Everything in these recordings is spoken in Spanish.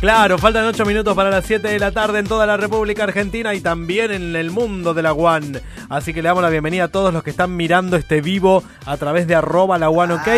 Claro, faltan 8 minutos para las 7 de la tarde en toda la República Argentina y también en el mundo de la WAN. Así que le damos la bienvenida a todos los que están mirando este vivo a través de arroba la WAN, ¿ok?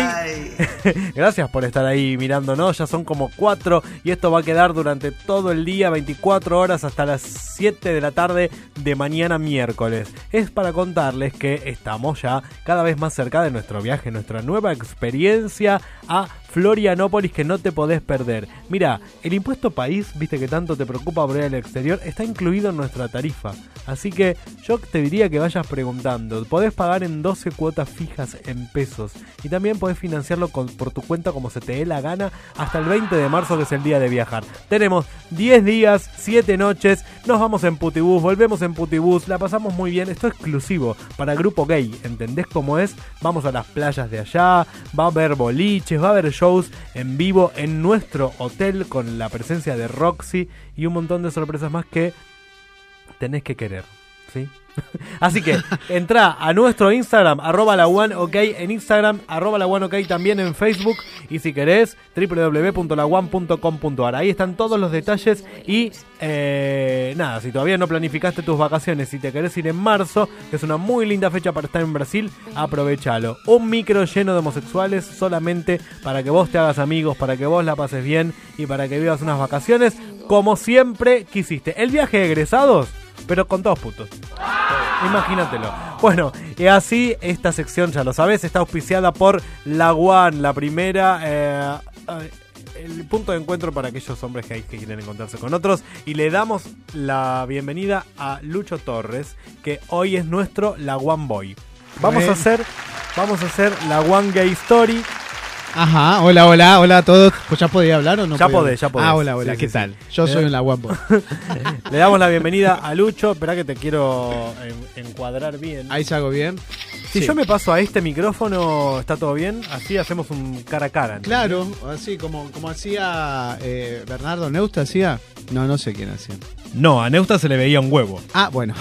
Gracias por estar ahí mirándonos, ya son como 4 y esto va a quedar durante todo el día, 24 horas hasta las 7 de la tarde de mañana miércoles. Es para contarles que estamos ya cada vez más cerca de nuestro viaje, nuestra nueva experiencia a Florianópolis que no te podés perder. Mira, el impuesto país, viste que tanto te preocupa por ir al exterior, está incluido en nuestra tarifa. Así que yo te diría que vayas preguntando. Podés pagar en 12 cuotas fijas en pesos y también podés financiarlo con- por tu cuenta como se te dé la gana hasta el 20 de marzo que es el día de viajar. Tenemos 10 días, 7 noches, nos vamos en Putibús, volvemos en Putibús, la pasamos muy bien. Esto es exclusivo para grupo gay, ¿entendés cómo es? Vamos a las playas de allá, va a haber boliches, va a haber shows en vivo en nuestro hotel con la presencia de Roxy y un montón de sorpresas más que tenés que querer, ¿sí? Así que entra a nuestro Instagram, arroba la one ok en Instagram, arroba la one ok también en Facebook y si querés, www.laone.com.ar. Ahí están todos los detalles y eh, nada, si todavía no planificaste tus vacaciones, si te querés ir en marzo, que es una muy linda fecha para estar en Brasil, aprovechalo. Un micro lleno de homosexuales solamente para que vos te hagas amigos, para que vos la pases bien y para que vivas unas vacaciones como siempre quisiste. El viaje de egresados, pero con todos putos. Imagínatelo. Bueno, y así esta sección, ya lo sabes, está auspiciada por La One, la primera. eh, eh, el punto de encuentro para aquellos hombres que, hay que quieren encontrarse con otros. Y le damos la bienvenida a Lucho Torres, que hoy es nuestro La One Boy. Vamos a Bien. hacer. Vamos a hacer la One Gay Story. Ajá, hola, hola, hola a todos. Pues ya podía hablar o no? Ya podía? podés, ya podés. Ah, hola, hola, Sí, ¿qué sí, Eh. tal? Yo soy un laguambo. Le damos la bienvenida a Lucho. Espera que te quiero en- encuadrar bien. Ahí salgo bien. Si Sí. yo me paso a este micrófono, ¿está todo bien? Así hacemos un cara a cara. ¿no? Claro, así como, como hacía eh, Bernardo Neusta, hacía. No, no sé quién hacía. No, a Neusta se le veía un huevo. Ah, bueno.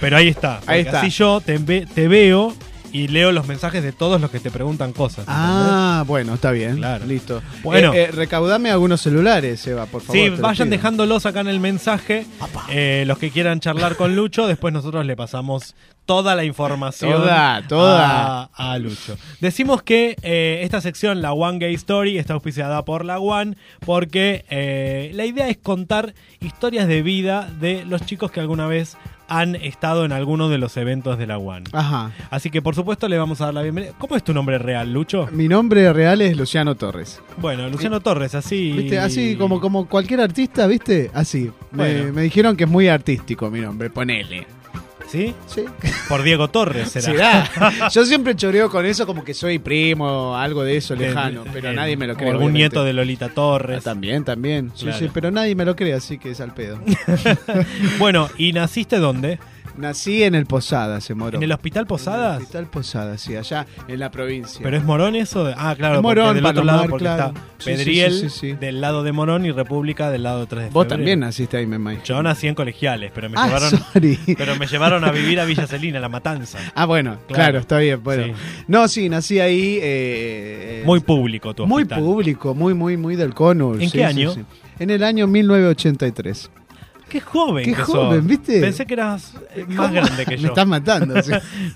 Pero ahí está. porque Ahí está. Así yo te, ve- te veo y leo los mensajes de todos los que te preguntan cosas. Ah, bueno, está bien. Claro. Listo. Bueno. Eh, eh, recaudame algunos celulares, Eva, por favor. Sí, te lo vayan pido. dejándolos acá en el mensaje. eh, los que quieran charlar con Lucho, después nosotros le pasamos toda la información Toda, toda. A, a Lucho. Decimos que eh, esta sección, la One Gay Story, está auspiciada por la One porque eh, la idea es contar historias de vida de los chicos que alguna vez han estado en alguno de los eventos de la One. Ajá. Así que por supuesto le vamos a dar la bienvenida. ¿Cómo es tu nombre real, Lucho? Mi nombre real es Luciano Torres. Bueno, Luciano Torres, así. ¿Viste? Así como, como cualquier artista, ¿viste? Así. Me- Me, Bueno. dijeron que es muy artístico mi nombre, ponele. ¿Sí? Sí. Por Diego Torres será. Será. Yo siempre choreo con eso como que soy primo, algo de eso El- lejano, pero el- nadie me lo Eh, o cree. algún obviamente. nieto de Lolita Ah, Torres. también, también. Sí, Claro. sí, pero nadie me lo cree, así que es al pedo. bueno, ¿y naciste dónde? Nací en el Posada, se moró. ¿En el Hospital En el Posadas? Hospital Posada, sí, allá en la provincia. ¿Pero es Morón eso? de- Ah, claro, Es porque Morón, del otro Palomar, lado porque claro. está Sí, sí, Pedriel sí, sí, sí. del lado de Morón y República del lado 3 de Vos febrero. también naciste ahí, me imagino. Yo nací en Colegiales, pero me ah, llevaron sorry. pero me llevaron a vivir a Villa Celina, La Matanza. Ah, bueno, claro, Claro. está bien. Bueno. Sí. No, sí, nací ahí. eh, eh, Muy público tu muy hospital. público, muy, muy, muy del cono. ¿En qué año? En el año 1983. Qué joven Qué que joven, sos. ¿viste? Pensé que eras eh, más grande que Me yo. estás matando. sí.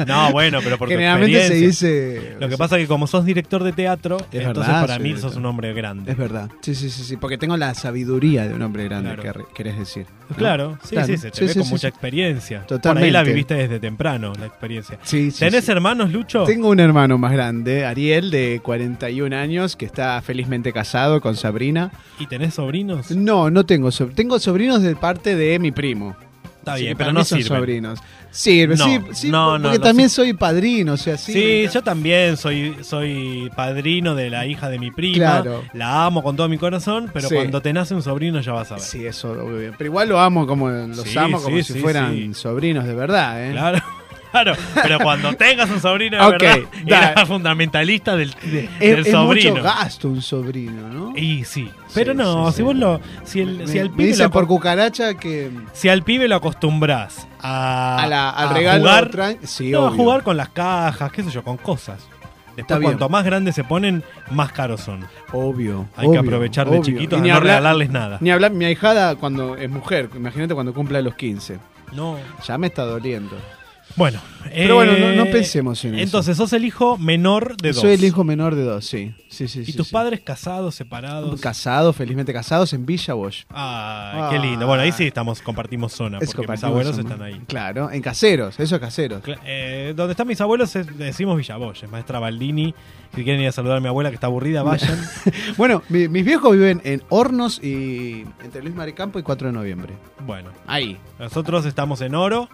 No, bueno, pero por tu Generalmente se experiencia. dice. Lo que pasa es que como sos director de teatro, Es entonces verdad, para soy mí director. sos un hombre grande. Es verdad. Sí, sí, sí, sí. Porque tengo la sabiduría de un hombre grande, Claro. que re- querés decir. ¿no? Claro, sí, Claro. sí, se te Sí, ve sí, con sí, mucha sí. experiencia. Por ahí Totalmente. la viviste desde temprano, la experiencia. Sí, sí, ¿Tenés sí. hermanos, Lucho? Tengo un hermano más grande, Ariel, de 41 años, que está felizmente casado con Sabrina. ¿Y tenés sobrinos? No, no tengo sobrinos. Tengo sobrinos de parte de mi primo. Está Sí, bien, para pero mí no son sirven. sobrinos. Sirve, No, sí, sí, no, no, porque no, también sí. soy padrino, o sea, Sí, sirve. yo también soy, soy padrino de la hija de mi prima. Claro. La amo con todo mi corazón, pero Sí. cuando te nace un sobrino ya vas a ver. Sí, eso obvio, bien. Pero igual lo amo como los Sí, amo como sí, si sí, fueran sí. sobrinos de verdad, ¿eh? Claro, claro. Pero cuando tengas un sobrino, de Ok, verdad, dale. eras fundamentalista del, de- Es, del es sobrino. mucho gasto un sobrino, ¿no? y sí, pero Sí, no, sí, si sí. vos lo. Si, el, Me- si al me pibe dicen lo, por cucaracha que si al pibe lo acostumbrás a, a la, al a regalo jugar, tra- sí, no, a obvio. jugar con las cajas, qué sé yo, con cosas. Está Después, bien. cuanto más grandes se ponen, más caros son. Obvio. Hay que obvio, aprovechar de obvio. chiquitos Y a ni no hablar- regalarles nada. Ni hablar, mi ahijada cuando es mujer, imagínate cuando cumpla los 15. No. Ya me está doliendo. Bueno. eh, Pero bueno, no- no pensemos en eso. Entonces, sos el hijo menor de dos. Soy el hijo menor de dos, sí. Sí, sí, ¿Y sí, tus sí. padres casados, separados? Casados, felizmente casados en Villa Bosch. Ah, qué lindo. Bueno, ahí sí estamos, compartimos zona, porque Es mis compartimos abuelos zona. están ahí. Claro, en caseros, eso es caseros. Cla- eh, donde están mis abuelos es- decimos Villaboy, es maestra Baldini. Si quieren ir a saludar a mi abuela que está aburrida, vayan. Bueno, mi- mis viejos viven en Hornos y entre Luis Marecampo y 4 de noviembre. bueno, Ahí. nosotros estamos en Oro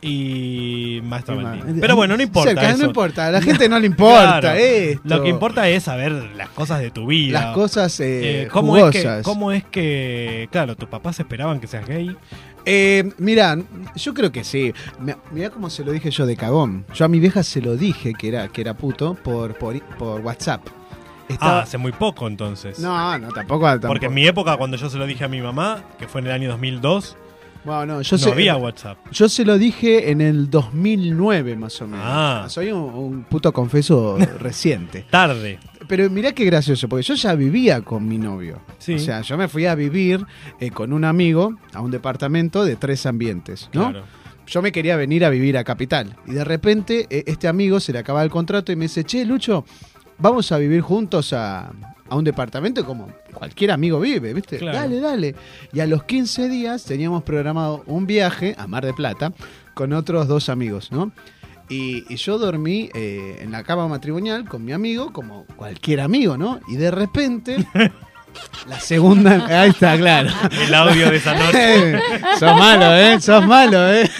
y maestra Baldini. Ma- Pero bueno, no importa. Cerca, eso. no importa, a la gente no le importa Claro. esto. Lo que importa es saber las cosas de tu vida. Las cosas eh, Eh, ¿cómo, es jugosas. que, ¿Cómo es que, claro, tus papás esperaban que seas gay? Eh, mirá, yo creo que sí. Mi- Mirá cómo se lo dije yo de cagón. Yo a mi vieja se lo dije que era, que era puto por, por, por WhatsApp. Ah, Estaba- hace muy poco entonces. No, no, tampoco. tampoco. Porque en mi época, cuando yo se lo dije a mi mamá, que fue en el año 2002, Bueno, no, yo no se- había WhatsApp. Yo se lo dije en el 2009 más o menos. Ah. Soy un, un puto confeso reciente. Tarde. Pero mirá qué gracioso, porque yo ya vivía con mi novio. Sí. O sea, yo me fui a vivir eh, con un amigo a un departamento de tres ambientes, ¿no? Claro. Yo me quería venir a vivir a Capital. Y de repente eh, este amigo se le acaba el contrato y me dice, che, Lucho, vamos a vivir juntos a, a un departamento como cualquier amigo vive, ¿viste? Claro. Dale, dale. Y a los 15 días teníamos programado un viaje a Mar de Plata con otros dos amigos, ¿no? Y, y yo dormí eh, en la cama matrimonial con mi amigo, como cualquier amigo, ¿no? Y de repente, la segunda... Ahí está, claro. El audio de esa noche. sos malo, ¿eh? Sos malo, ¿eh?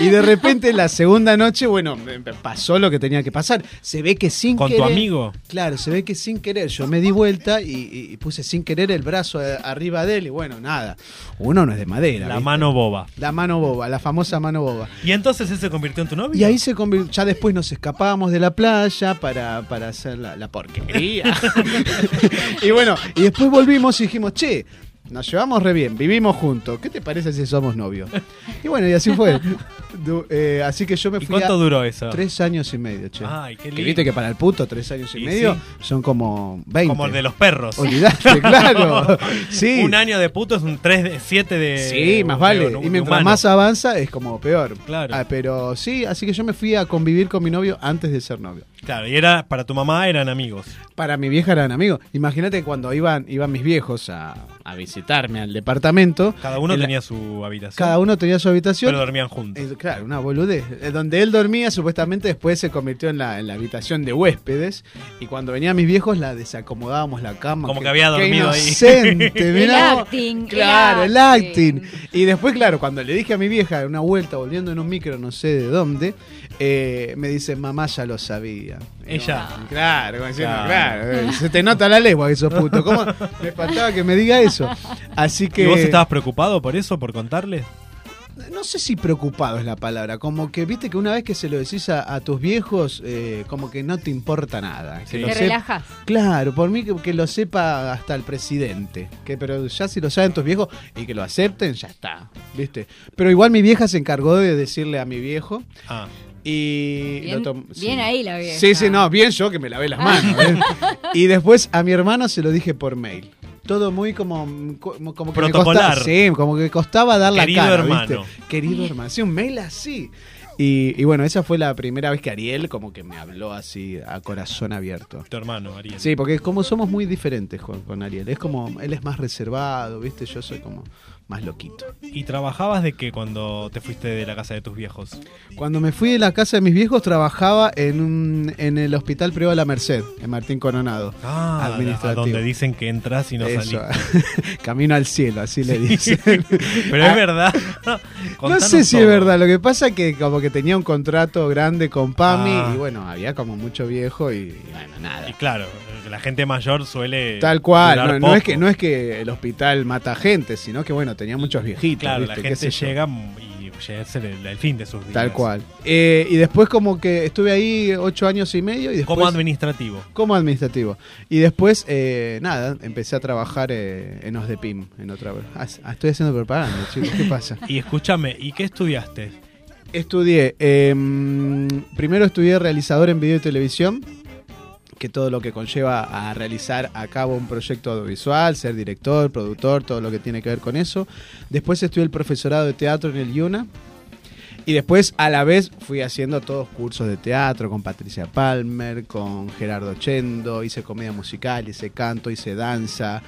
Y de repente la segunda noche, bueno, me- me pasó lo que tenía que pasar. Se ve que sin Con tu querer... amigo. Claro, se ve que sin querer. Yo me di vuelta y, y- y puse sin querer el brazo eh, arriba de él y bueno, nada. Uno no es de madera. La ¿viste? mano boba. La mano boba, la famosa mano boba. Y entonces ese se convirtió en tu novio. Y ahí se convirtió, ya después nos escapábamos de la playa para, para hacer la, la porquería. y bueno, y después volvimos y dijimos, che, nos llevamos re bien, vivimos juntos. ¿Qué te parece si somos novios? Y bueno, y así fue. Du- eh, así que yo me ¿Y fui cuánto a duró eso? tres años y medio, che. Ay, qué que lindo. viste que para el puto tres años y, Y medio sí. son como 20. Como el de los perros. Olvidaste, claro. Sí. Un año de puto es un 3 de 7 de. Sí, más de- vale. de- de y mientras Eh, humano. más avanza es como peor. Claro. Ah, pero sí, así que yo me fui a convivir con mi novio antes de ser novio. Claro, y era para tu mamá eran amigos. Para mi vieja eran amigos. Imagínate cuando iban, iban mis viejos a, a visitarme al departamento. Cada uno en la- tenía su habitación. cada uno tenía su habitación. Pero dormían juntos. Eh, Claro, una boludez. Eh, Donde él dormía, supuestamente después se convirtió en la, en la habitación de huéspedes. Y cuando venían mis viejos, la desacomodábamos la cama. Como Qué- que había qué dormido ahí. inocente, mirá El vos. acting, el Claro, el acting. acting. Y después, claro, cuando le dije a mi vieja en una vuelta, volviendo en un micro, no sé de dónde, eh, me dice, mamá ya lo sabía. Y Ella. bueno, claro, como diciendo, Claro. claro. eh, se te nota la lengua que sos puto. ¿Cómo? Me faltaba que me diga eso. Así que. ¿Y vos estabas preocupado por eso, por contarles? No sé si preocupado es la palabra, como que viste que una vez que se lo decís a, a tus viejos, eh, como que no te importa nada. Sí. Que lo Te sep- relajas. Claro, por mí que, que lo sepa hasta el presidente. Que, pero ya si lo saben tus viejos y que lo acepten, ya está. ¿Viste? Pero igual mi vieja se encargó de decirle a mi viejo Ah, y Bien- tom- bien ahí la vieja. Sí, sí, no, bien yo que me lavé las manos. ¿eh? y después a mi hermano se lo dije por mail. Todo muy como como, como que me Protocolar. costaba- sí, como que costaba dar la Querido cara, hermano. ¿viste? Querido hermano, sí, un mail así. Y, y bueno, esa fue la primera vez que Ariel como que me habló así a corazón abierto. Tu hermano, Ariel. Sí, porque como somos muy diferentes con, con Ariel. Es como, él es más reservado, ¿viste? Yo soy como más loquito. ¿Y trabajabas de qué cuando te fuiste de la casa de tus viejos? Cuando me fui de la casa de mis viejos, trabajaba en, un- en el Hospital Privado de la Merced, en Martín Coronado. Ah, a administrativo. donde dicen que entras y no salís. Eso. Camino al cielo, así le dicen. Pero es Ah, verdad. No Contanos sé si todo. es verdad, lo que pasa es que como que tenía un contrato grande con Pami Ah. y bueno, había como mucho viejo y, y bueno, nada. Y claro, la gente mayor suele. Tal cual, durar no, no es poco. que, no es que el hospital mata gente, sino que bueno, tenía muchos viejitos. Claro, la ¿viste? ¿Qué gente sé yo? llega y llega a ser el, el fin de sus vidas. Tal cual. Eh, y después como que estuve ahí ocho años y medio y después... Como administrativo. como administrativo. Y después, eh, nada, empecé a trabajar eh, en OSDEPIM, en otra vez. Ah, ah, estoy haciendo propaganda, chicos, ¿qué pasa? Y escúchame, ¿y qué estudiaste? Estudié, em, primero estudié realizador en video y televisión, que todo lo que conlleva a realizar a cabo un proyecto audiovisual, ser director, productor, todo lo que tiene que ver con eso. Después estudié el profesorado de teatro en el IUNA. Y después a la vez fui haciendo todos cursos de teatro con Patricia Palmer, con Gerardo Chendo, hice comedia musical, hice canto, hice danza.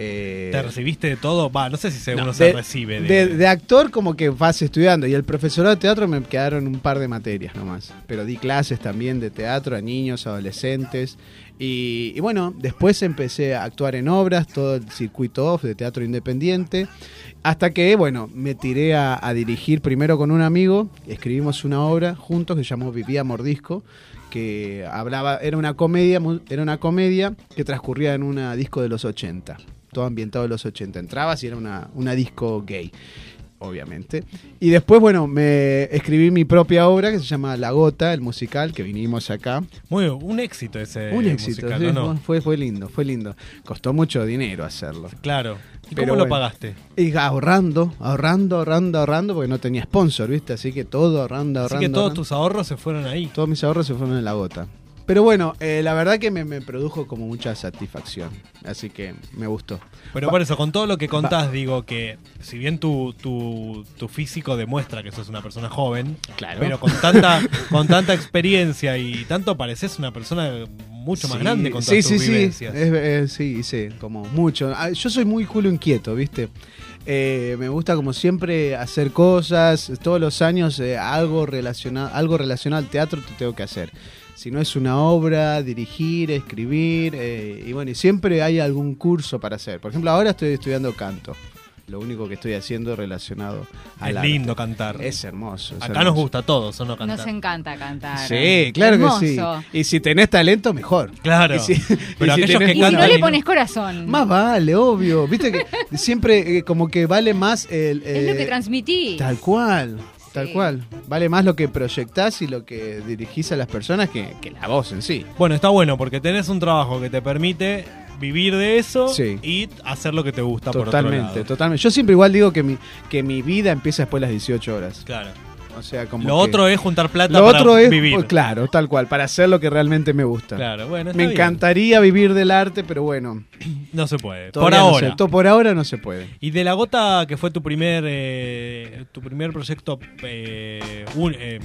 eh, ¿Te recibiste de todo? Va, no sé si se- no, uno de- se recibe de. de, de actor como que vas estudiando y el profesorado de teatro me quedaron un par de materias nomás, pero di clases también de teatro a niños, adolescentes y, y bueno, después empecé a actuar en obras, todo el circuito off de teatro independiente, hasta que bueno, me tiré a, a dirigir primero con un amigo, escribimos una obra juntos que se llamó Vivía Mordisco que hablaba, era una comedia, mu- era una comedia que transcurría en una disco de los 80, todo ambientado en los 80. Entrabas y era una, una disco gay, obviamente. Y después, bueno, me escribí mi propia obra que se llama La Gota, el musical, que vinimos acá. Muy bien, un éxito ese. Un éxito, Eh, musical, sí, ¿o no? fue, fue lindo, fue lindo. Costó mucho dinero hacerlo. Claro. ¿Y Pero cómo lo bueno. pagaste? Y ahorrando, ahorrando, ahorrando, ahorrando, porque no tenía sponsor, ¿viste? Así que todo ahorrando, ahorrando. Así que todos ahorrando. tus ahorros se fueron ahí. Todos mis ahorros se fueron en la gota. Pero bueno, eh, la verdad que me, me produjo como mucha satisfacción. Así que me gustó. Pero Va- por eso, con todo lo que contás, digo que si bien tu, tu, tu físico demuestra que sos una persona joven, Claro. pero con tanta, con tanta experiencia y tanto pareces una persona mucho más Sí, grande con sí, todas sí, tus sí. vivencias. Es- eh, sí, sí, como mucho. Ah, Yo soy muy culo inquieto, ¿viste? Eh, me gusta como siempre hacer cosas. Todos los años eh, algo, relacionado, algo relacionado al teatro te tengo que hacer. Si no es una obra, dirigir, escribir. eh, y bueno, y siempre hay algún curso para hacer. Por ejemplo, ahora estoy estudiando canto. Lo único que estoy haciendo relacionado al Es arte. lindo cantar. Es hermoso. es Acá nos hermoso. gusta a todos, ¿o no cantar? Nos encanta cantar. Sí, claro que sí. Hermoso. Y si tenés talento, mejor. Claro. Y si- Pero y si aquellos tenés que Y si cantan. no y le no- pones corazón, Más vale, obvio. Viste que siempre eh, como que vale más el... es lo que eh, transmití. Tal cual, tal Sí. cual. Vale más lo que proyectás y lo que dirigís a las personas que, que la voz en sí. Bueno, está bueno porque tenés un trabajo que te permite vivir de eso Sí. y hacer lo que te gusta por Totalmente, otro lado. totalmente. Yo siempre igual digo que mi, que mi vida empieza después de las 18 horas. Claro. O sea, como... Lo que- otro es juntar plata lo para otro es... vivir. pues, claro, tal cual, para hacer lo que realmente me gusta. Claro, bueno, está Me bien. encantaría vivir del arte, pero bueno, No se puede. Por todavía no ahora. se- to- por ahora no se puede. Y de la gota que fue tu primer eh, tu primer proyecto eh, un- eh,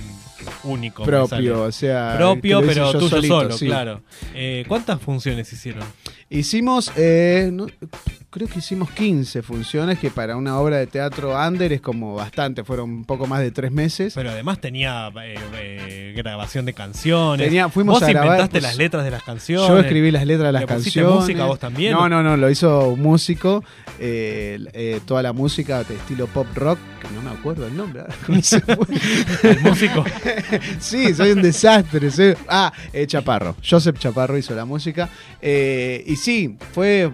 único. me propio, sale. o sea, Propio, que lo hice pero yo tuyo solito, solo, sí. claro. Eh, ¿Cuántas funciones hicieron? Hicimos, eh, no- creo que hicimos 15 funciones, que para una obra de teatro under es como bastante, fueron un poco más de tres meses. Pero además tenía eh, eh, grabación de canciones. Tenía- fuimos vos a grabar, inventaste pues, las letras de las canciones. Yo escribí las letras de las ¿Le pusiste canciones. música vos también? No, no, no, lo hizo un músico. eh, eh, toda la música de estilo pop rock, que no me acuerdo el nombre. ¿eh? ahora, ¿cómo se fue? El músico. Sí, soy un desastre. soy- Ah, eh, Chaparro. Joseph Chaparro hizo la música. Eh, y sí, fue.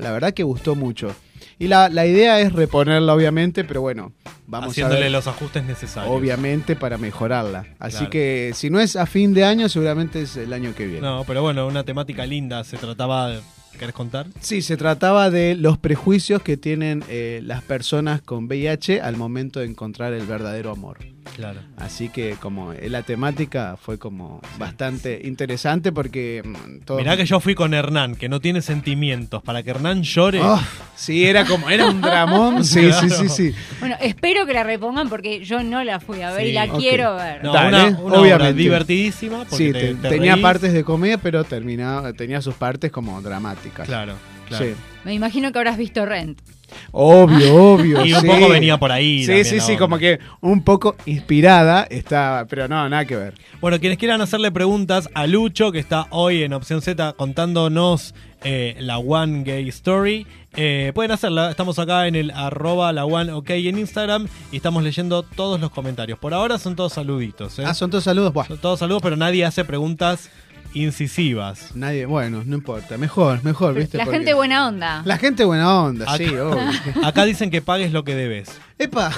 La verdad que gustó mucho. Y la, la idea es reponerla, obviamente, pero bueno, vamos a haciéndole ver, los ajustes necesarios. obviamente, para mejorarla. Así Claro. que si no es a fin de año, seguramente es el año que viene. No, pero bueno, una temática linda. Se trataba de. ¿Querés contar? Sí, se trataba de los prejuicios que tienen eh, las personas con VIH al momento de encontrar el verdadero amor. Claro. Así que como eh, la temática fue como bastante interesante porque mm, todo- Mirá que yo fui con Hernán, que no tiene sentimientos. Para que Hernán llore, Oh, Sí, era como, era un dramón. Sí, sí, sí, sí. Bueno, espero que la repongan porque yo no la fui a ver Sí, y la ok. quiero ver. No, Dale, una, una obra obviamente. divertidísima. porque Sí, te- te- te tenía reís. partes de comedia, pero terminaba, tenía sus partes como dramáticas. Claro, claro. Sí. Me imagino que habrás visto Rent. Obvio, obvio. Y un sí. poco venía por ahí. Sí, también sí, la sí, onda. como que un poco inspirada estaba, pero no, nada que ver. Bueno, quienes quieran hacerle preguntas a Lucho, que está hoy en Opción Z contándonos eh, la One Gay Story, eh, pueden hacerla. Estamos acá en el arroba la One OK en Instagram y estamos leyendo todos los comentarios. Por ahora son todos saluditos. ¿eh? Ah, son todos saludos. Buah, Son todos saludos, pero nadie hace preguntas incisivas. nadie, bueno, no importa. Mejor, mejor, ¿viste? La Porque- gente buena onda. La gente buena onda, sí, Acá- obvio. Acá dicen que pagues lo que debes. Epa,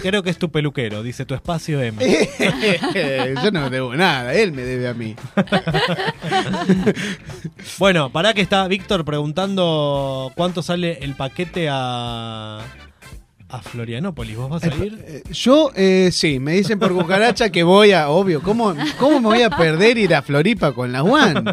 Creo que es tu peluquero, dice tu espacio M. yo no debo nada, él me debe a mí. Bueno, pará que está Víctor preguntando cuánto sale el paquete a, a Florianópolis. ¿Vos vas a ir? Eh, Yo, eh, sí, me dicen por cucaracha que voy a, obvio, ¿cómo, ¿cómo me voy a perder ir a Floripa con la Juan?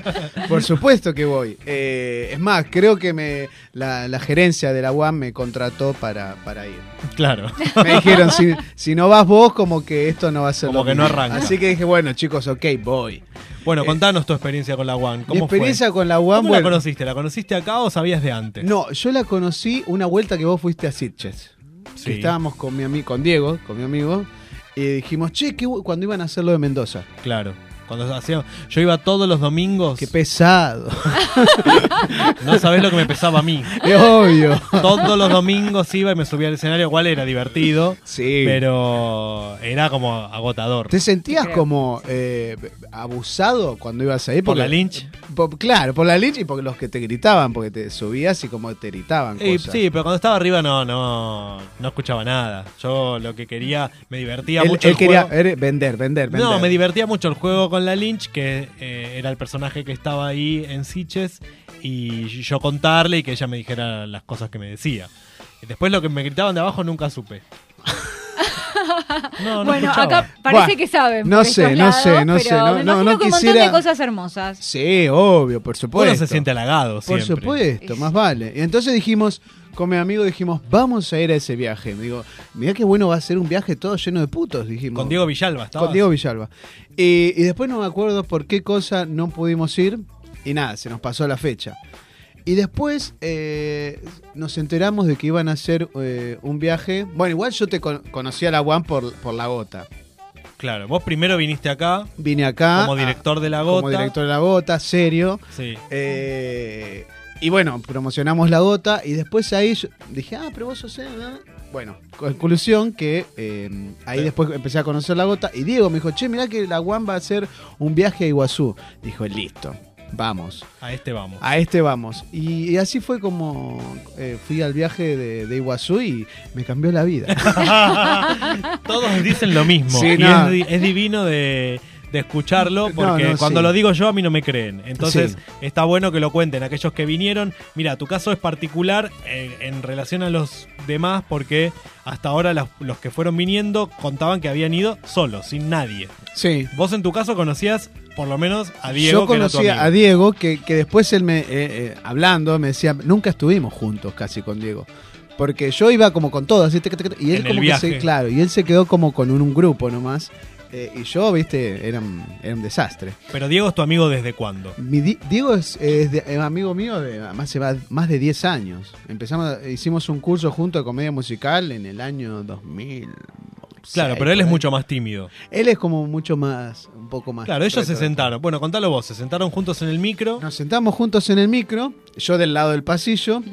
Por supuesto que voy. Eh, es más, creo que me, la, la gerencia de la Juan me contrató para, para ir. Claro. Me dijeron, si, si no vas vos, como que esto no va a ser Como lo que mismo". no arranca. Así que dije, bueno, chicos, ok, voy. Bueno, Eh, contanos tu experiencia con la WAN. Mi ¿Cómo experiencia fue? con la ¿Cómo Juan, la bueno, conociste? ¿La conociste acá o sabías de antes? no, yo la conocí una vuelta que vos fuiste a Sitges. Sí. que estábamos con mi amigo, con Diego, con mi amigo, y dijimos, che, qué bu- cuando iban a hacer lo de Mendoza. Claro. Cuando hacía, yo iba todos los domingos. Qué pesado. No sabés lo que me pesaba a mí. es obvio. Todos los domingos iba y me subía al escenario, igual era divertido, Sí. pero era como agotador. ¿Te sentías Creo. como eh, abusado cuando ibas ahí? ¿Por Porque- la Lynch? Por- claro, por la Lynch y por los que te gritaban, porque te subías y como te gritaban Eh, cosas. sí, pero cuando estaba arriba no, no, no escuchaba nada. Yo lo que quería, me divertía él, mucho. él el quería juego. er, vender, vender, vender. No, me divertía mucho el juego con la Lynch, que eh, era el personaje que estaba ahí en Sitches, y yo contarle y que ella me dijera las cosas que me decía. Y después lo que me gritaban de abajo nunca supe. No, no bueno, escuchaba. acá parece Buah, que saben. no por sé, estos no sé, lados, no pero sé, no- me no- imagino no que un quisiera- montón de cosas hermosas. Sí, obvio, por uno supuesto. se siente halagado Por siempre. supuesto, más vale. Y entonces dijimos, con mi amigo dijimos, vamos a ir a ese viaje. Me digo, mirá qué bueno va a ser un viaje todo lleno de putos, dijimos. Con Diego Villalba estaba. Con Diego Villalba. Y, y después no me acuerdo por qué cosa no pudimos ir y nada, se nos pasó la fecha. Y después eh, nos enteramos de que iban a hacer eh, un viaje. Bueno, igual yo te con- conocí a la Juan por, por la gota. Claro, vos primero viniste acá Vine acá. como a- director de la gota. Ah, como director de la gota, serio. Sí. Eh, y bueno, promocionamos la gota y después ahí yo dije, ah, pero vos sos... él, ¿no?". Bueno, conclusión que eh, ahí Sí. después empecé a conocer la gota y Diego me dijo, che, mirá que la Guan va a hacer un viaje a Iguazú. Dijo, listo, vamos, A este vamos. a este vamos. Y, y así fue como eh, fui al viaje de, de Iguazú y me cambió la vida. Todos dicen lo mismo. Sí, y no. es, di- es divino de, de escucharlo, porque No, no, cuando sí. lo digo yo a mí no me creen. Entonces Sí. está bueno que lo cuenten aquellos que vinieron. Mira, tu caso es particular eh, en relación a los demás, porque hasta ahora los, los que fueron viniendo contaban que habían ido solos, sin nadie. sí. Vos en tu caso conocías por lo menos a Diego. Yo que era tu conocía a amigo. Diego, que, que después él me, eh, eh, hablando, me decía, nunca estuvimos juntos casi con Diego. Porque yo iba como con todas, y él En el como que viaje. se, claro, y él se quedó como con un, un grupo nomás. eh, y yo, viste, era un, era un desastre. Pero Diego es tu amigo desde cuándo. Mi Di- Diego es, es de- es amigo mío de hace más, más de 10 años. Empezamos, hicimos un curso junto de comedia musical en el año 2000. Claro, pero él es por ahí. mucho más tímido. Él es como mucho más, un poco más. Claro, ellos se retro. sentaron. Bueno, contalo vos. Se sentaron juntos en el micro. Nos sentamos juntos en el micro, yo del lado del pasillo,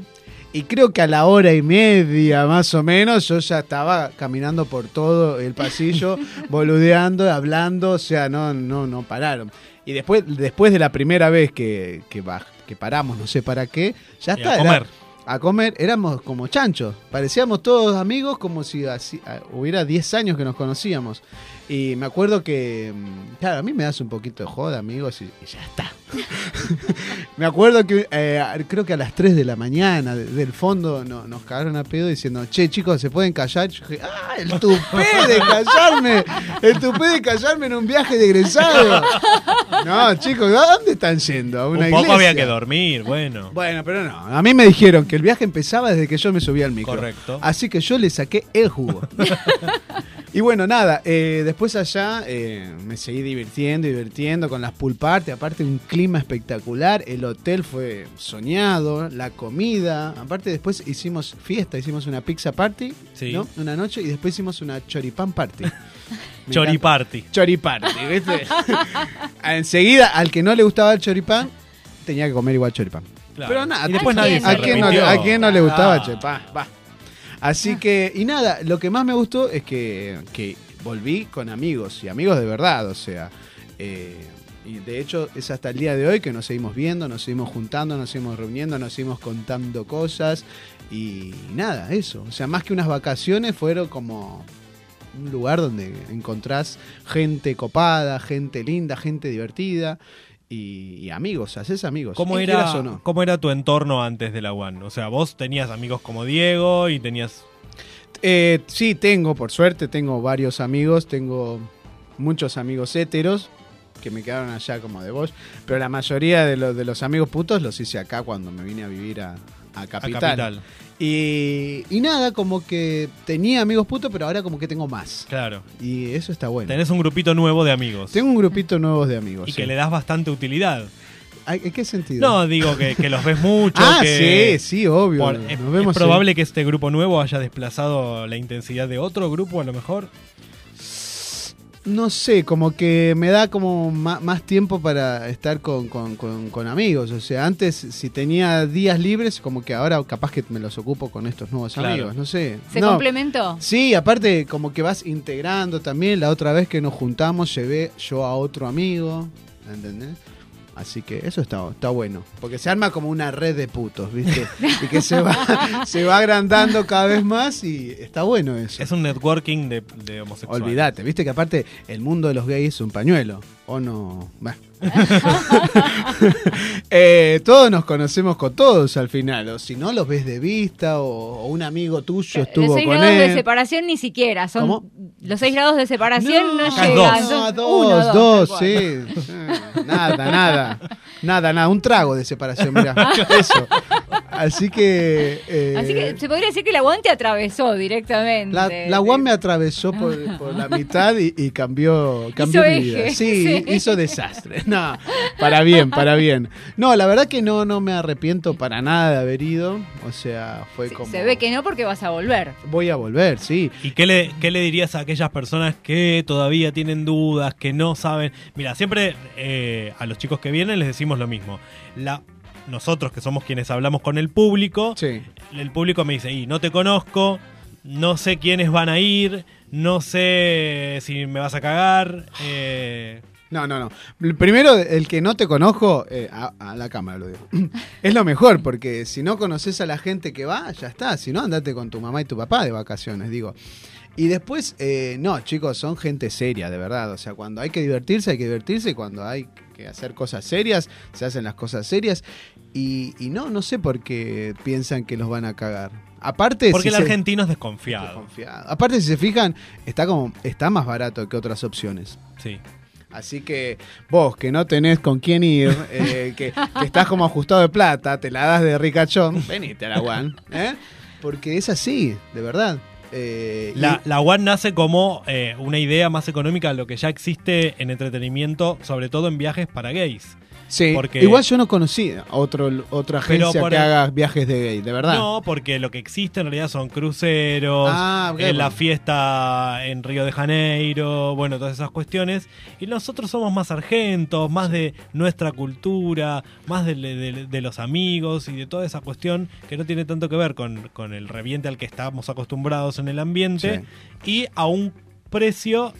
y creo que a la hora y media más o menos yo ya estaba caminando por todo el pasillo, boludeando, hablando, o sea, no, no, no pararon. Y después, después de la primera vez que, que, baj- que paramos, no sé para qué, ya Y está. a era- comer. a comer, éramos como chanchos, parecíamos todos amigos como si así- a- hubiera 10 años que nos conocíamos. Y me acuerdo que, mm, claro, a mí me das un poquito de joda, amigos, y, y ya está. Me acuerdo que eh, creo que a las 3 de la mañana de- del fondo no- nos cagaron a pedo diciendo, che chicos, ¿se pueden callar? Yo dije, ah, el tupé de callarme, el tupé de callarme en un viaje de egresado. No, chicos, ¿a dónde están yendo? A Un una poco iglesia. había que dormir, bueno. Bueno, pero no, a mí me dijeron que el viaje empezaba desde que yo me subía al micro. Correcto. Así que yo le saqué el jugo. y bueno, nada, eh, después allá eh, me seguí divirtiendo, divirtiendo con las pulpartes, aparte un clima espectacular, el hotel fue soñado, la comida, aparte después hicimos fiesta, hicimos una pizza party, Sí. ¿no? Una noche y después hicimos una choripán party. Me encanta. Choriparty. Choriparty, ¿viste? Enseguida, al que no le gustaba el choripán, tenía que comer igual choripán. Claro. Pero nada, y después ¿a nadie quién? se ¿A quién, no, le- arrepintió. a quién no le gustaba, Ah. che? Pa, pa. Así que, y nada, lo que más me gustó es que, que volví con amigos, y amigos de verdad, o sea. eh, y de hecho, es hasta el día de hoy que nos seguimos viendo, nos seguimos juntando, nos seguimos reuniendo, nos seguimos contando cosas. Y nada, eso. O sea, más que unas vacaciones, fueron como un lugar donde encontrás gente copada, gente linda, gente divertida. Y, y amigos, haces amigos. ¿Cómo Eh, era, quieras o no. ¿Cómo era tu entorno antes de la UAN? O sea, vos tenías amigos como Diego y tenías... Eh, sí, tengo, por suerte, tengo varios amigos, tengo muchos amigos héteros que me quedaron allá como de vos, pero la mayoría de los, de los amigos putos los hice acá cuando me vine a vivir a, a a Capital. Y, y nada, como que tenía amigos putos, pero ahora como que tengo más. Claro. Y eso está bueno. Tenés un grupito nuevo de amigos. Tengo un grupito nuevo de amigos. y sí. que le das bastante utilidad. Ay, ¿En qué sentido? No, digo que, que los ves mucho. ah, que sí, sí, obvio. por- nos es, es vemos en- probable que este grupo nuevo haya desplazado la intensidad de otro grupo, a lo mejor. No sé, como que me da como ma- más, tiempo para estar con, con- con- con amigos. O sea, antes si tenía días libres, como que ahora capaz que me los ocupo con estos nuevos Claro. amigos, no sé. ¿Se No. complementó? Sí, aparte como que vas integrando también. La otra vez que nos juntamos llevé yo a otro amigo, ¿entendés? Así que eso está, está bueno. Porque se arma como una red de putos, ¿viste? Y que se va, se va agrandando cada vez más y está bueno eso. Es un networking de, de homosexuales. Olvídate, viste que aparte el mundo de los gays es un pañuelo. O no. Bah. Eh, todos nos conocemos con todos al final. O si no, los ves de vista. O, o un amigo tuyo estuvo los 6 con grados de él. separación ni siquiera. Son ¿Cómo? Los 6 grados de separación no, acá es llegan. dos. son No, uno, dos, dos, dos, tal sí. cual. Eh, Nada, nada. Nada, nada. Un trago de separación, mirá. Eso. Así que. eh, Así que se podría decir que la UAN te atravesó directamente. La, la UAM me atravesó por, por la mitad y, y cambió, cambió Hizo mi vida. eje, Sí, sí. hizo desastre. No, para bien, para bien. No, la verdad que no, no me arrepiento para nada de haber ido. O sea, fue Se- como. Se ve que no porque vas a volver. Voy a volver, sí. ¿Y qué le, qué le dirías a aquellas personas que todavía tienen dudas, que no saben? Mira, siempre eh, a los chicos que vienen les decimos lo mismo. La, nosotros que somos quienes hablamos con el público, Sí. el público me dice, y no te conozco, no sé quiénes van a ir, no sé si me vas a cagar. eh, No, no, no. El Primero, el que no te conozco, eh, a, a la cámara lo digo. Es lo mejor, porque si no conoces a la gente que va, ya está. Si no, andate con tu mamá y tu papá de vacaciones, digo. Y después, eh, no, chicos, son gente seria, de verdad. O sea, cuando hay que divertirse, hay que divertirse. y Cuando hay que hacer cosas serias, se hacen las cosas serias. Y, y no, no sé por qué piensan que los van a cagar. Aparte, porque si el se- argentino es desconfiado. desconfiado. Aparte, si se fijan, está como está más barato que otras opciones. Sí. Así que vos, que no tenés con quién ir, eh, que, que estás como ajustado de plata, te la das de ricachón, venite a la One, ¿eh? Porque es así, de verdad. Eh, La, y- la UAN nace como eh, una idea más económica de lo que ya existe en entretenimiento, sobre todo en viajes para gays. sí, porque- igual yo no conocí otro, otra Pero agencia por que el- haga viajes de gay, de verdad. No, porque lo que existe en realidad son cruceros, Ah, ok, eh, la bueno. fiesta en Río de Janeiro, bueno, todas esas cuestiones. Y nosotros somos más argentos, más de nuestra cultura, más de, de- de los amigos y de toda esa cuestión que no tiene tanto que ver con, con el reviente al que estamos acostumbrados en el ambiente y a un precio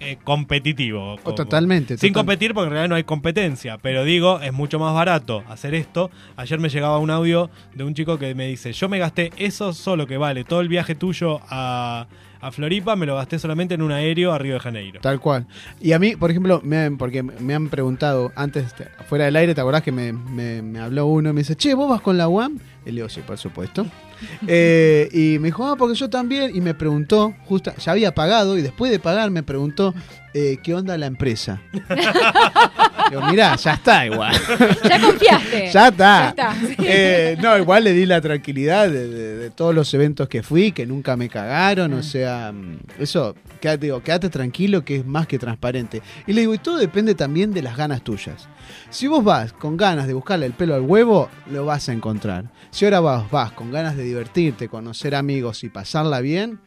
eh, competitivo. O totalmente, Sin total- competir porque en realidad no hay competencia, pero digo, es mucho más barato hacer esto. Ayer me llegaba un audio de un chico que me dice, yo me gasté eso solo que vale, todo el viaje tuyo a, a Floripa me lo gasté solamente en un aéreo a Río de Janeiro. Tal cual. Y a mí, por ejemplo, me han- porque me han preguntado antes, te- fuera del aire, ¿te acordás que me, me- me habló uno y me dice, che, ¿vos vas con la UAM? Y le digo, sí, por supuesto. Eh, y me dijo, ah, porque yo también. Y me preguntó, justa, ya había pagado y después de pagar me preguntó, eh, ¿qué onda la empresa? digo, mirá, ya está igual. Ya confiaste. ya está. Ya está, sí. Eh, no, igual le di la tranquilidad de, de- de todos los eventos que fui, que nunca me cagaron, o sea, mm, eso, quédate, digo, quédate tranquilo que es más que transparente. Y le digo, y todo depende también de las ganas tuyas. Si vos vas con ganas de buscarle el pelo al huevo, lo vas a encontrar. Si ahora vas, vas con ganas de divertirte, conocer amigos y pasarla bien,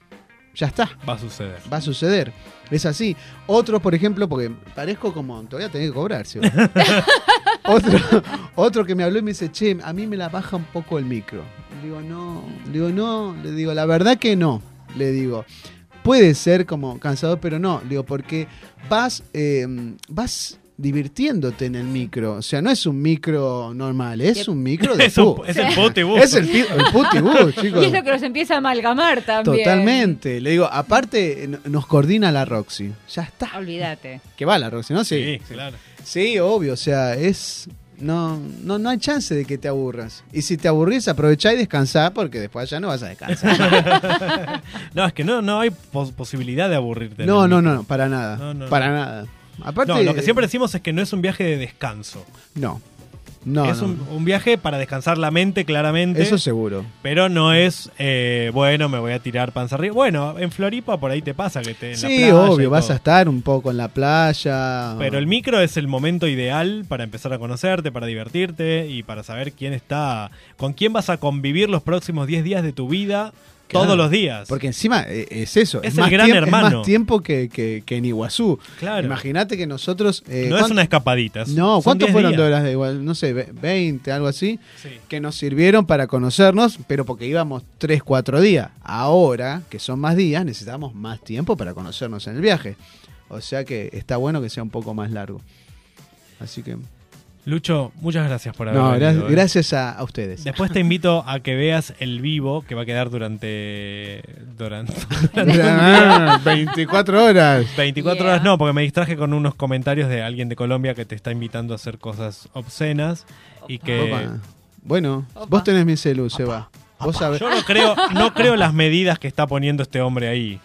ya está Va a suceder. va a suceder. Es así. Otros, por ejemplo, porque parezco como todavía tenés que cobrar, ¿sí? otro, otro que me habló y me dice, che, a mí me la baja un poco el micro. Le digo, no, le digo, no, le digo, la verdad que no, le digo. Puede ser como cansador, pero no, le digo, porque vas, eh, vas divirtiéndote en el micro. O sea, no es un micro normal, es un micro de Es, un- pu. es el pote vos. Es el, pi- el putibús, chicos. Y es lo que los empieza a amalgamar también. Totalmente. Le digo, aparte eh, no- nos coordina la Roxy. Ya Ah. está. Olvídate. Que va la Roxy, ¿no? Sí, Sí. Sí, claro. obvio. O sea, es. No, no, no hay chance de que te aburras. Y si te aburrís, aprovechá y descansá porque después ya no vas a descansar. No, es que no, no hay pos- posibilidad de aburrirte. en no, el no, micro. no, no, para nada. No, no, para nada. Aparte. No, lo que siempre decimos es que no es un viaje de descanso. No. No, es no. un, un viaje para descansar la mente, claramente. Eso seguro. Pero no es, eh, bueno, me voy a tirar panza arriba. Bueno, en Floripa por ahí te pasa que te. en la Sí, playa y obvio, vas todo. a estar un poco en la playa. Pero el micro es el momento ideal para empezar a conocerte, para divertirte y para saber quién está. con quién vas a convivir los próximos 10 días de tu vida, Claro, todos los días. Porque encima eh, es eso. Es el gran tiemp- hermano. Es más tiempo que, que- que en Iguazú. Claro. Imagínate que nosotros. eh, no es ¿cuán- una escapadita. es- No, son ¿cuántos 10 fueron días. de horas de igual? No sé, ve- 20, algo así. Sí. Que nos sirvieron para conocernos, pero porque íbamos 3, 4 días. Ahora, que son más días, necesitamos más tiempo para conocernos en el viaje. O sea que está bueno que sea un poco más largo. Así que. Lucho, muchas gracias por haber No, venido, gra- eh. gracias a, a ustedes. Después te invito a que veas el vivo que va a quedar durante. durante. Ah, 24 horas. 24 Yeah. horas no, porque me distraje con unos comentarios de alguien de Colombia que te está invitando a hacer cosas obscenas y que Opa. Bueno, Opa. vos tenés mi celu, Seba. Vos sabés. yo no creo, no creo las medidas que está poniendo este hombre ahí.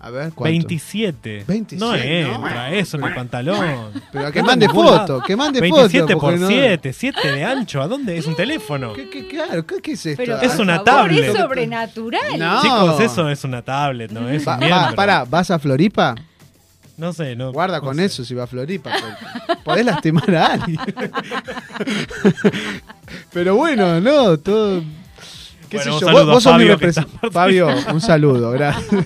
A ver, ¿cuánto? 27. 27, No no. entra eso en el pantalón. Pero que No mande está en ningún foto, lado. que mande foto. 27 por porque no- 7, 7 de ancho, ¿a dónde? Es un teléfono. ¿Qué, qué, claro, ¿qué, qué es esto? Pero Ah, Es por una favor, tablet. Es sobrenatural. No. Chicos, eso es una tablet, no es Va- un va- miembro. pará, ¿vas a Floripa? No sé, no. Guarda no con sé. eso si va a Floripa. porque Podés lastimar a alguien. Pero bueno, no, todo. ¿Qué Bueno, un sé yo? saludo Vos, a vos sos mi Fabio, que representante. está- Fabio, un saludo, gracias.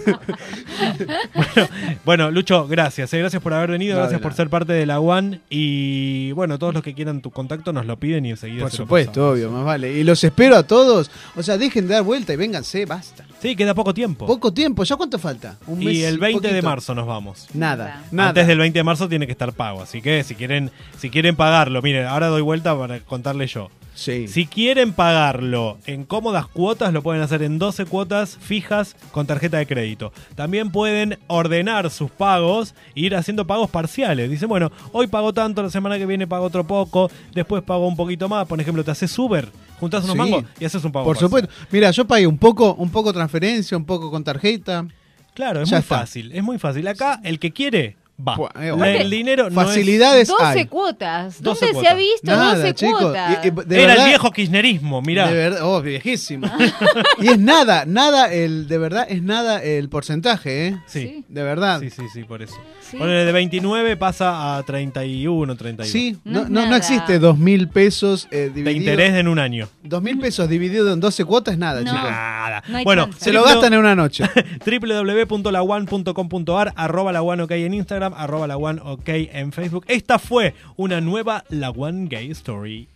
Bueno, Lucho, gracias. eh, Gracias por haber venido, No, de gracias por nada. ser parte de la UAN. Y bueno, todos los que quieran tu contacto nos lo piden y enseguida Por se lo supuesto, pasamos. obvio, más vale. Y los espero a todos. O sea, dejen de dar vuelta y vénganse, basta. Sí, queda poco tiempo. Poco tiempo, ¿ya cuánto falta? Un mes y el 20 de poquito. marzo nos vamos. Nada, Antes nada. Antes del 20 de marzo tiene que estar pago, así que si quieren, si quieren pagarlo, miren, ahora doy vuelta para contarle yo. Sí. Si quieren pagarlo en cómodas cuotas, lo pueden hacer en 12 cuotas fijas con tarjeta de crédito. También pueden ordenar sus pagos e ir haciendo pagos parciales. Dicen, bueno, hoy pago tanto, la semana que viene pago otro poco, después pago un poquito más. Por ejemplo, te haces Uber, juntás unos Sí. mangos y haces un pago Por parcial. supuesto. Mira, yo pagué un poco, un poco transferencia, un poco con tarjeta. Claro, es Ya muy está. fácil, es muy fácil. Acá, el que quiere, va. Buah, eh, Ah. el dinero no es- Facilidades 12 hay. cuotas. 12 ¿Dónde se cuotas. ha visto Nada, 12 chicos. cuotas? Y- y- de Era el verdad- viejo kirchnerismo, mirá. De verdad, oh, viejísimo. Ah. y es nada, nada, el, de verdad, es nada el porcentaje, ¿eh? Sí. Sí. De verdad. Sí, Sí, sí, sí, por eso. Sí. Ponele de 29 pasa a 31, 32. no, No es no, no nada. existe dos mil pesos eh, De dividido. interés en un año. Dos mil pesos dividido en 12 cuotas es nada, No. chicos. Nada. No hay bueno, chance. Se lo gastan en una noche. www.lawan.com.ar, arroba la One ok en Instagram, arroba la One ok en Facebook. Esta fue una nueva La One Gay Story.